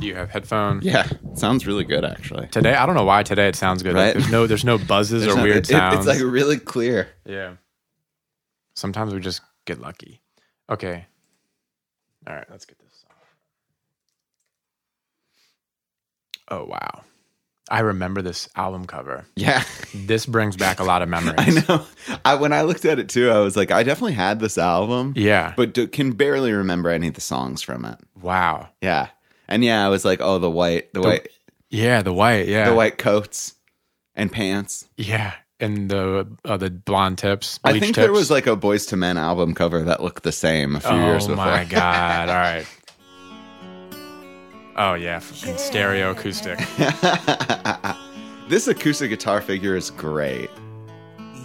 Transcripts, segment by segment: You have headphones. Yeah, sounds really good actually. Today, I don't know why today it sounds good. Right? There's no, there's no buzzes There's or not- weird it- sounds. It's like really clear. yeah. Sometimes we just get lucky. Okay. All right, let's get this. Oh wow, I remember this album cover. Yeah, This brings back a lot of memories. I know. I when I looked at it too, I was like, I definitely had this album, Yeah. but d- can barely remember any of the songs from it. wow. Yeah, and yeah, I was like, oh, the white, the, white, Yeah, the white. Yeah. the white coats and pants. Yeah, and the uh, the blonde tips. I bleach think tips. there was like a Boys to Men album cover that looked the same a few oh years before. my god! All right. Oh yeah, fucking stereo acoustic. this acoustic guitar figure is great.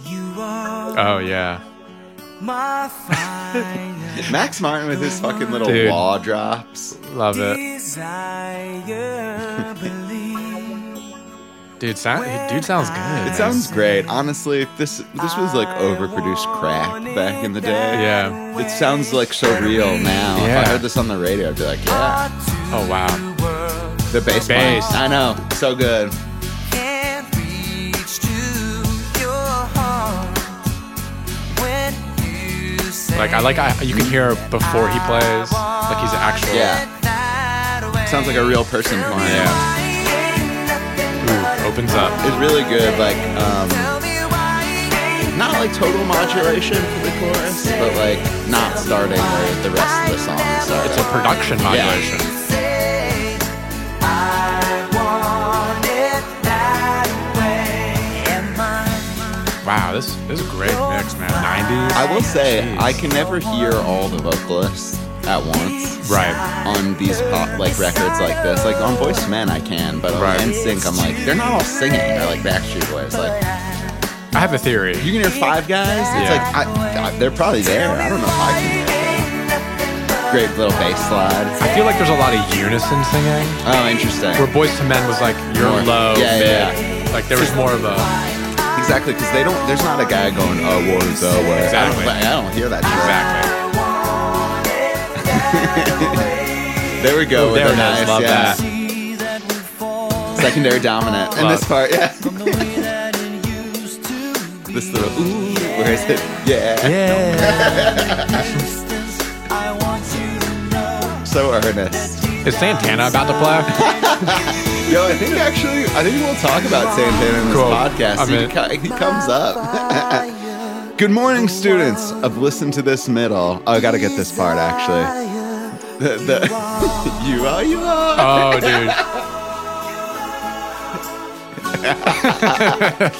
You are Oh yeah, my fire Max Martin with his fucking little Dude. wah drops. love it, desire. Believe dude. Sound, dude sounds good. man. It sounds great. Honestly, this this was like overproduced crack back in the day. Yeah. It sounds like so real now. If Yeah. I heard this on the radio, I'd be like, yeah. Oh wow. the world The bass, Bass. line. I know. So good. can't reach to your heart when you say Like I like I, you can hear before he plays, like he's an actual. Yeah. Sounds like a real person playing. Yeah. Ooh, opens up. It's really good. Like, um, not like total modulation for the chorus, but like not starting where the rest of the song starts. It's a production modulation. Wow, this this is a great mix, man. Nineties. I will say, Jeez. I can never hear all the vocalists at once Right. on these pop, like records like this. Like on Voice to Men, I can, but on Right. NSYNC, I'm like, they're not all singing. They're like Backstreet Boys. Like I have a theory. you can hear five guys. It's Yeah. like I, I, they're probably there. I don't know if I can. Hear it. Great little bass slide. I feel like there's a lot of unison singing. Oh, interesting. Where Boys to Men was like you're More. low, Yeah, yeah, mid. Like there was more of a Exactly, because they don't. There's not a guy going, "Oh, what is the word?" Exactly. I don't, I don't hear that. shit. exactly. There we go. Ooh, with there a it is. nice, Love yeah. that. Secondary dominant. And Love. this part, yeah. this little ooh, where is it? Yeah. Yeah. So earnest. Is Santana about to play? Yo, I think actually, I think we'll talk about Santana in this Cool. podcast. I'm He, in. co- he comes up. Good morning, students. I've listened to this middle. Oh, I gotta get this part actually. The, the, you are, you are. Oh, dude. Good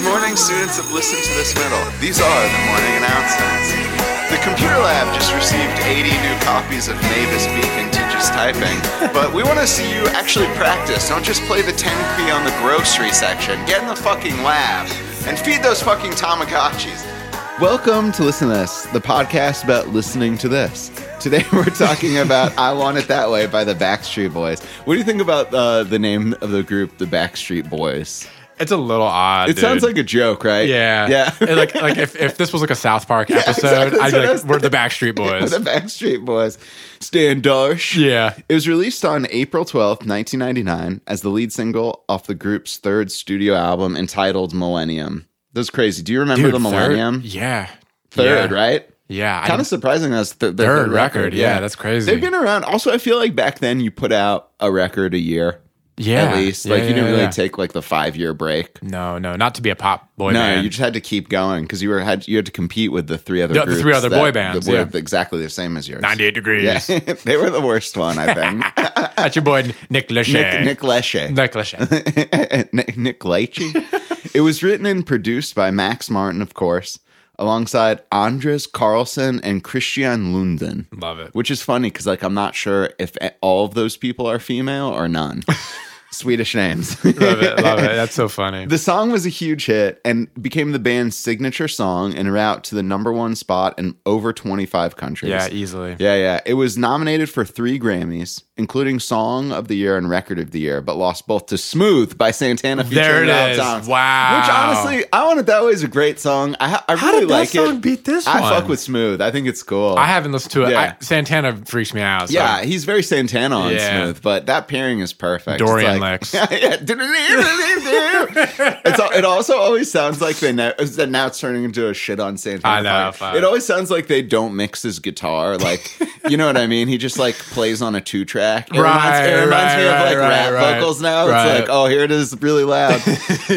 morning, students have listened to this middle. These are the morning announcements. The computer lab just received 80 new copies of Mavis Beacon teaches typing, but we want to see you actually practice. Don't just play the 10 key on the grocery section. Get in the fucking lab and feed those fucking Tamagotchis. Welcome to Listen to This, the podcast about listening to this. Today we're talking about I Want It That Way by the Backstreet Boys. What do you think about uh, the name of the group, the Backstreet Boys? It's a little odd. It dude. sounds like a joke, right? yeah, Yeah. And, like like if, if this was like a South Park episode, exactly. That's what I'd be I like, was we're the Backstreet Boys. the Backstreet Boys. Stan Darsh. yeah, It was released on April 12th, 1999, as the lead single off the group's third studio album entitled Millennium. That was crazy. Do you remember the third- Millennium? Third, yeah, yeah. right? Yeah, I Kind of didn't- surprising that's th- their third record. Yeah, that's crazy. They've been around. Also, I feel like back then you put out a record a year yeah, at least. yeah, Like you yeah, didn't really yeah. take like the five year break. No, no, not to be a pop boy No, band. you just had to keep going because you were had you had to compete with the three other Yeah, the groups three other that- boy that bands, were yeah. exactly the same as yours. 98 degrees. Yeah, they were the worst one, I think. That's your boy Nick Lachey. Nick, Nick Leshe. Nick Lachey. Nick, Nick Leitch. it was written and produced by Max Martin, of course, alongside Andres Carlson and Christian Lunden. Love it. Which is funny because, like, I'm not sure if a- all of those people are female or none. Swedish names. Love it. Love it. That's so funny. The song was a huge hit and became the band's signature song en route to the number one spot in over 25 countries. yeah, e- easily. yeah, yeah. It was nominated for three Grammys, including Song of the Year and Record of the Year, but lost both to Smooth by Santana There featuring it Rob is. Thomas. Wow. Which honestly, I Want It That Way is a great song. I, I really How did that like song it. beat this I one? fuck with Smooth. I think it's cool. I haven't listened to it. Yeah. I, Santana freaks me out. so- Yeah, he's very Santana on Yeah. Smooth, but that pairing is perfect. Dorian it's Lex. yeah. it's, al- it also always sounds like they know, that now it's turning into a shit on Santana. I fire. know, fuck. It always sounds like they don't mix his guitar. Like, you know what I mean? He just like plays on a two track. It reminds, it Right, reminds me right, of like right, rap right, vocals now. right. It's like, oh, here it is really loud.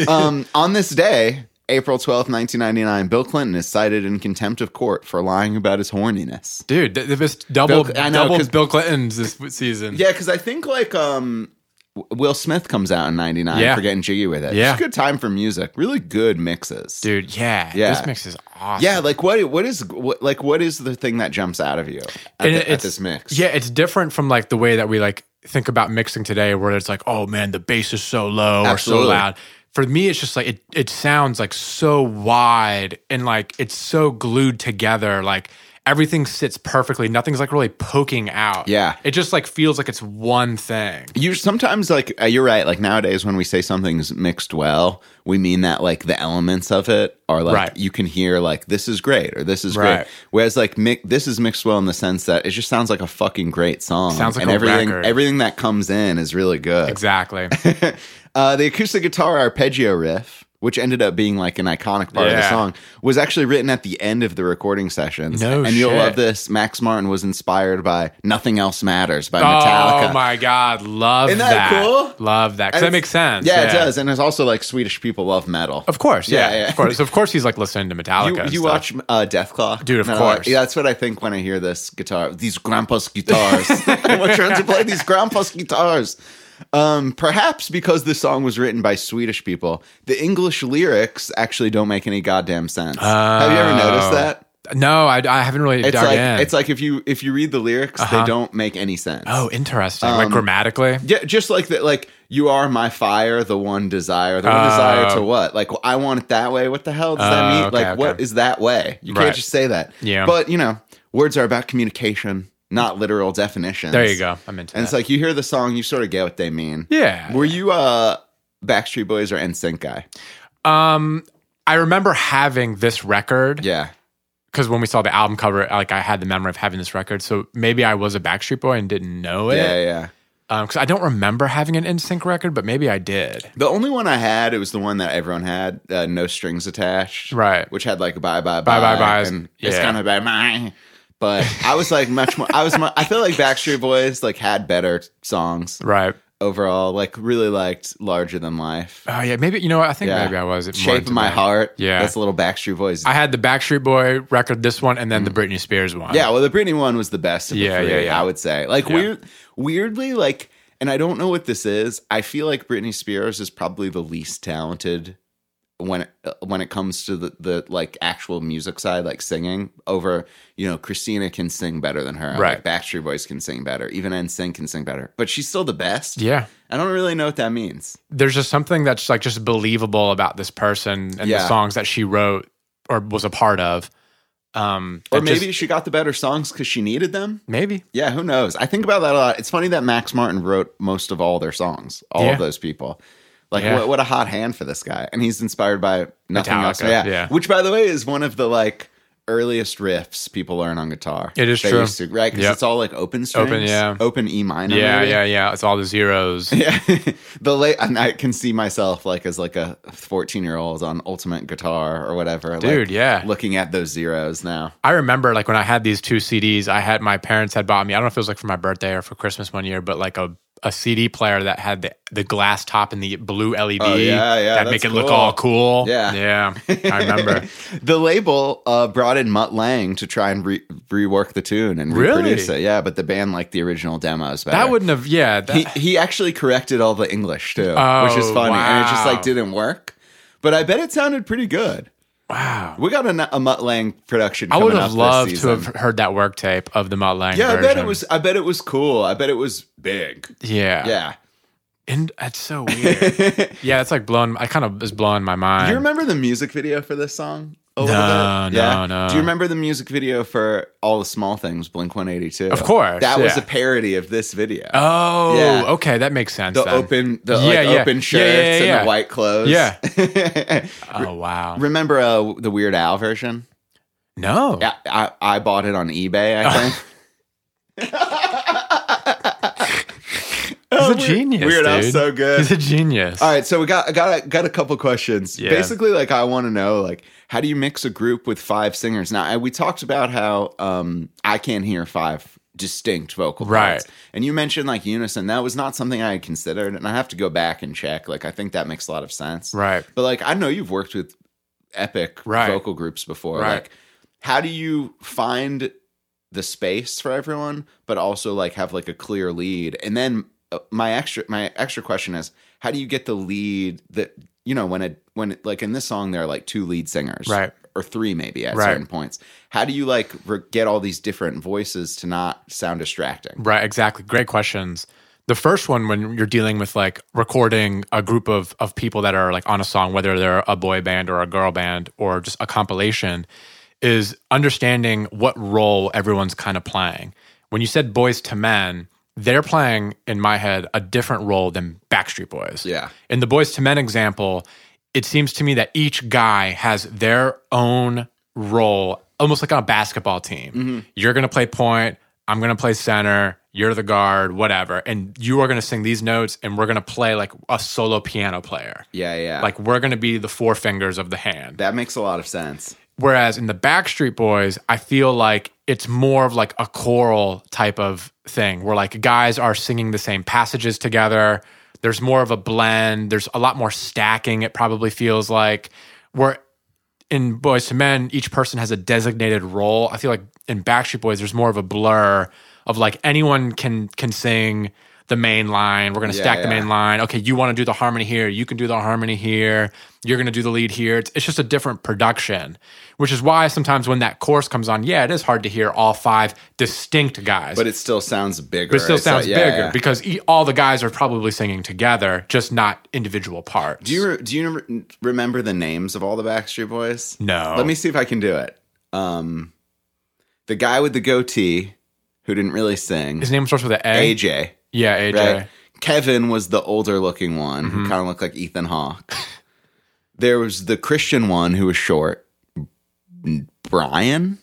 um, on this day, April 12th, 1999, Bill Clinton is cited in contempt of court for lying about his horniness. Dude, th- th- this double, Bill- I know, double 'cause- Bill Clinton's this w- season. Yeah, because I think like um, W- Will Smith comes out in '99 Yeah. for getting jiggy with it. Yeah. it's a good time for music. Really good mixes, Dude, yeah. Yeah. This mix is awesome. Yeah, like what? What is what, like what is the thing that jumps out of you at, And the- at it- it's- this mix? Yeah, it's different from like the way that we like think about mixing today, where it's like, oh man, the bass is so low or Absolutely. so loud. For me, it's just like it. It sounds like so wide and like it's so glued together. Like everything sits perfectly. Nothing's like really poking out. Yeah. it just like feels like it's one thing. You sometimes like uh, you're right. Like nowadays, when we say something's mixed well, we mean that like the elements of it are like Right. you can hear like this is great or this is Right. great. Whereas like mi- this is mixed well in the sense that it just sounds like a fucking great song. Sounds like and a everything record. everything that comes in is really good. Exactly. Uh, the acoustic guitar arpeggio riff, which ended up being like an iconic part of the Yeah. song, was actually written at the end of the recording sessions. No and you'll shit. love this. Max Martin was inspired by "Nothing Else Matters" by Metallica. oh my god, love Isn't that cool? Love that. 'Cause And that makes sense. Yeah, it does, and it's also like Swedish people love metal. Of course. Yeah, Yeah, yeah. of course. Of course, he's like listening to Metallica. You, and you stuff. watch uh, Death Claw, Dude, of And I'm like, course. yeah, that's what I think when I hear this guitar. These grandpa's guitars. We're trying to play these grandpa's guitars. Um, perhaps because this song was written by Swedish people, the English lyrics actually don't make any goddamn sense. Have you ever Oh. noticed that? No, I, I haven't really It's dug like in. it's like if you if you read the lyrics, they don't make any sense. Uh-huh. Oh, interesting. um, like grammatically. Yeah, just like that. Like you are my fire, the one desire, the one desire to what? Like I want it that way. What the hell does that Oh, mean? okay, like okay. what is that way? You can't Right. just say that. Yeah. But you know, words are about communication, not literal definitions. There you go. I'm into And it's that. like you hear the song, you sort of get what they mean. yeah. Were you uh Backstreet Boys or NSYNC guy? Um, I remember having this record Yeah. because when we saw the album cover, like I had the memory of having this record. So maybe I was a Backstreet Boy and didn't know it. Yeah, yeah. Because I don't remember having an NSYNC record, but maybe I did. The only one I had, it was the one that everyone had, uh, no strings attached, Right. Which had like a bye bye bye Bye Bye Byes. and it's Yeah. kind of bye bye. But I was like much more. I was. Mu- I feel like Backstreet Boys like had better songs Right. overall. Like really liked Larger Than Life. Oh yeah. Maybe you know what? I think Yeah. maybe I was. more Shape into of My that. Heart. Yeah. that's a little Backstreet Boys. I had the Backstreet Boy record, this one, and then the Britney Spears one. Mm. Yeah, well, the Britney one was the best of the Uh, Yeah, three, yeah, yeah. I would say. Like Yeah. weird, weirdly, like, and I don't know what this is. I feel like Britney Spears is probably the least talented when uh, when it comes to the, the like actual music side, like singing. Over you know, Christina can sing better than her. Like, Right. Backstreet Boys can sing better. Even NSYNC can sing better. But she's still the best. Yeah. I don't really know what that means. there's just something that's like just believable about this person and Yeah. the songs that she wrote or was a part of. Um, Or that maybe just- she got the better songs because she needed them. maybe Yeah, who knows? I think about that a lot. It's funny that Max Martin wrote most of all their songs, all Yeah. of those people. Like, Yeah. what, what a hot hand for this guy. And he's inspired by nothing else. Metallica, Yeah. yeah. Which, by the way, is one of the like earliest riffs people learn on guitar. It is They true. used to- right? Because Yep. it's all like open strings. yeah. Open E minor. yeah, maybe. yeah, yeah. It's all the zeros. Yeah. the late, and I can see myself like as like a 14 year old on Ultimate Guitar or whatever. like, Dude, yeah. Looking at those zeros now. I remember like when I had these two CDs, I had my parents had bought me. I don't know if it was like for my birthday or for Christmas one year, but like a a CD player that had the, the glass top and the blue LED Oh, yeah, yeah, that make that's it look cool. all cool. Yeah. yeah. I remember. the label uh, brought in Mutt Lang to try and re- rework the tune and Really? reproduce it. Yeah, but the band liked the original demos better. that wouldn't have. Yeah, that, he, he actually corrected all the English too, which is Oh, funny, and it just wow. like didn't work. But I bet it sounded pretty good. wow. We got a, a Mutt Lang production. I coming would up have this loved to season. have heard that work tape of the Mutt Lang Yeah, I version. bet it was. I bet it was cool. I bet it was big. Yeah, Yeah. And that's so weird. yeah, it's like blowing. I kind of is blowing my mind. Do you remember the music video for this song? A No, little bit? no, no. Do you remember the music video for All the Small Things, Blink 182? Of course, That was yeah. a parody of this video. Oh, Yeah. okay, that makes sense. the then. open the Yeah, like, yeah. open Yeah, shirts yeah, and yeah. the white clothes. Yeah. Re- Oh wow. remember uh, the Weird Al version? no. Yeah, I, I bought it on eBay, I think. He's a genius. Oh, Weird Al's dude. so good. He's a genius. All right, so we got I got a, got a couple questions. Yeah. Basically, like I want to know, like how do you mix a group with five singers? Now I, we talked about how um, I can't hear five distinct vocal parts, Right. and you mentioned like unison. That was not something I had considered, and I have to go back and check. Like I think that makes a lot of sense, Right. But like I know you've worked with epic Right. vocal groups before. Right. Like how do you find the space for everyone, but also like have like a clear lead. And then uh, my extra my extra question is, how do you get the lead that you know when it when it, like in this song there are like two lead singers, Right. or three maybe at Right. certain points. How do you like re- get all these different voices to not sound distracting? Right, exactly. Great questions. The first one, when you're dealing with like recording a group of of people that are like on a song, whether they're a boy band or a girl band or just a compilation, is understanding what role everyone's kind of playing. When you said boys to men, they're playing in my head a different role than Backstreet Boys. Yeah. In the boys to men example, it seems to me that each guy has their own role, almost like on a basketball team. You're going to play point, I'm going to play center, you're the guard, whatever. And you are going to sing these notes, and we're going to play like a solo piano player. Yeah, yeah. Like we're going to be the four fingers of the hand. that makes a lot of sense. Whereas in the Backstreet Boys, I feel like it's more of like a choral type of thing where like guys are singing the same passages together. There's more of a blend. There's a lot more stacking, it probably feels like. Where in Boys to Men, each person has a designated role. I feel like in Backstreet Boys, there's more of a blur of like anyone can can sing the main line. We're gonna Yeah, stack the yeah. main line. Okay, you want to do the harmony here. You can do the harmony here. You're gonna do the lead here. It's, it's just a different production, which is why sometimes when that chorus comes on, yeah, it is hard to hear all five distinct guys. But it still sounds bigger. But it still It's sounds like- yeah, bigger yeah. because e- all the guys are probably singing together, just not individual parts. Do you re- do you re- remember the names of all the Backstreet Boys? No. Let me see if I can do it. Um, the guy with the goatee who didn't really sing, His name starts with an A. AJ, Yeah, AJ. right? Kevin was the older looking one who Mm-hmm. kind of looked like Ethan Hawke. there was the Christian one who was short, Brian,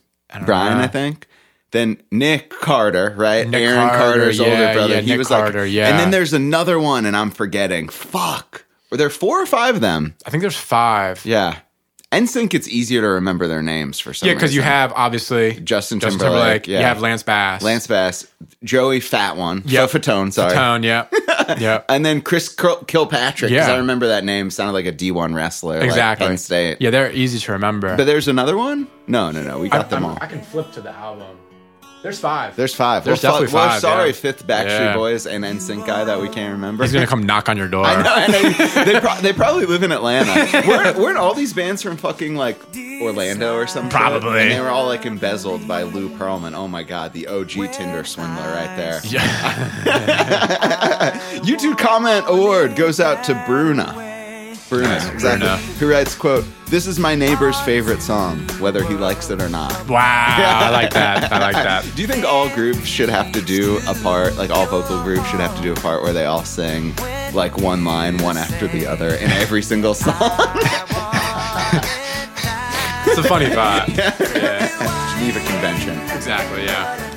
Brian, know. I think. Then Nick Carter, right? Nick Aaron Carter, Carter's older yeah, brother. yeah, he Nick was Carter, like, yeah. And then there's another one, and I'm forgetting. Fuck. Were there four or five of them? I think there's five. Yeah. NSYNC, it's easier to remember their names for some Yeah, because you reason. have obviously Justin Timberlake, yeah. You have Lance Bass. Lance Bass, Joey Fat One, Yep. Fatone, sorry. Tone. Yeah, yeah. And then Chris Kil- Kilpatrick, because Yeah. I remember that name sounded like a D1 wrestler. Exactly. Like Penn State. Yeah, they're easy to remember. But there's another one? No, no, no. We got them all. I can flip to the album. There's five. there's five. There's well, fu- definitely well, five, sorry, yeah. fifth Backstreet Yeah. Boys and NSYNC guy that we can't remember. He's gonna come knock on your door. I know, and I, they, pro- they probably live in Atlanta. Weren't, weren't all these bands from fucking like Orlando or something? Probably. And they were all like embezzled by Lou Pearlman. Oh my god, the OG Tinder swindler right there. Yeah. YouTube comment award goes out to Bruna. Bruna, exactly. Bruna. Who writes, quote, This is my neighbor's favorite song, whether he likes it or not. Wow. I like that. I like that. Do you think all groups should have to do a part, like all vocal groups should have to do a part where they all sing like one line, one after the other in every single song? It's a funny thought. Geneva Convention. Exactly. Yeah.